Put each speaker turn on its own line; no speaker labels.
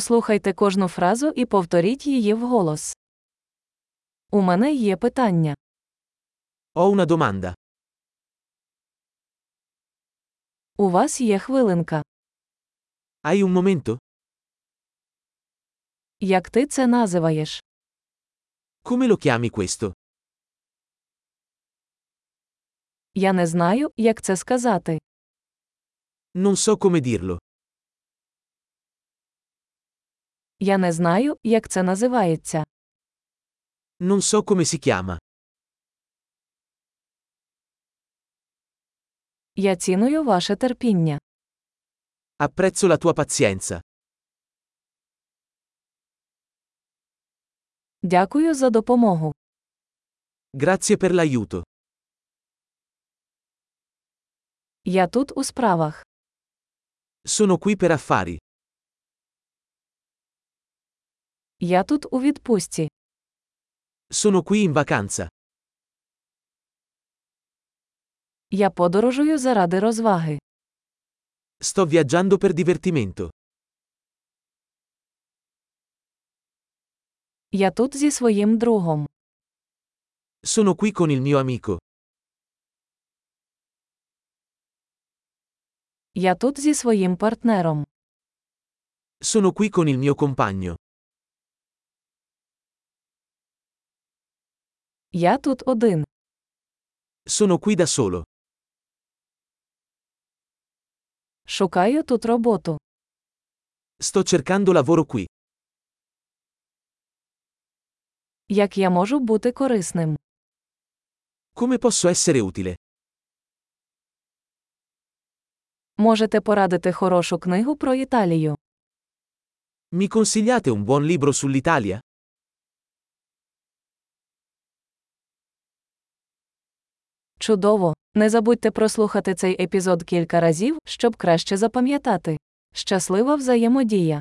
Послухайте кожну фразу і повторіть її вголос. У мене є питання.
Ho una domanda.
У вас є хвилинка.
Hai un momento?
Як ти це називаєш?
Come lo chiami questo?
Я не знаю, як це сказати.
Non so come dirlo.
Я не знаю, як це називається.
Non so come si chiama.
Я ціную ваше терпіння.
Apprezzo la tua pazienza.
Дякую за допомогу.
Grazie per l'aiuto.
Я тут у справах.
Sono qui per affari.
Я тут у відпустці.
Sono qui in vacanza.
Я подорожую заради розваги.
Sto viaggiando per divertimento.
Я тут зі своїм другом.
Sono qui con il mio amico.
Я тут зі своїм партнером.
Sono qui con il mio compagno.
Я тут один.
Sono qui da solo.
Шукаю тут роботу.
Sto cercando lavoro qui.
Як я можу бути корисним?
Come posso essere utile?
Можете порадити хорошу книгу про Італію.
Mi consigliate un buon libro sull'Italia?
Чудово! Не забудьте прослухати цей епізод кілька разів, щоб краще запам'ятати. Щаслива взаємодія!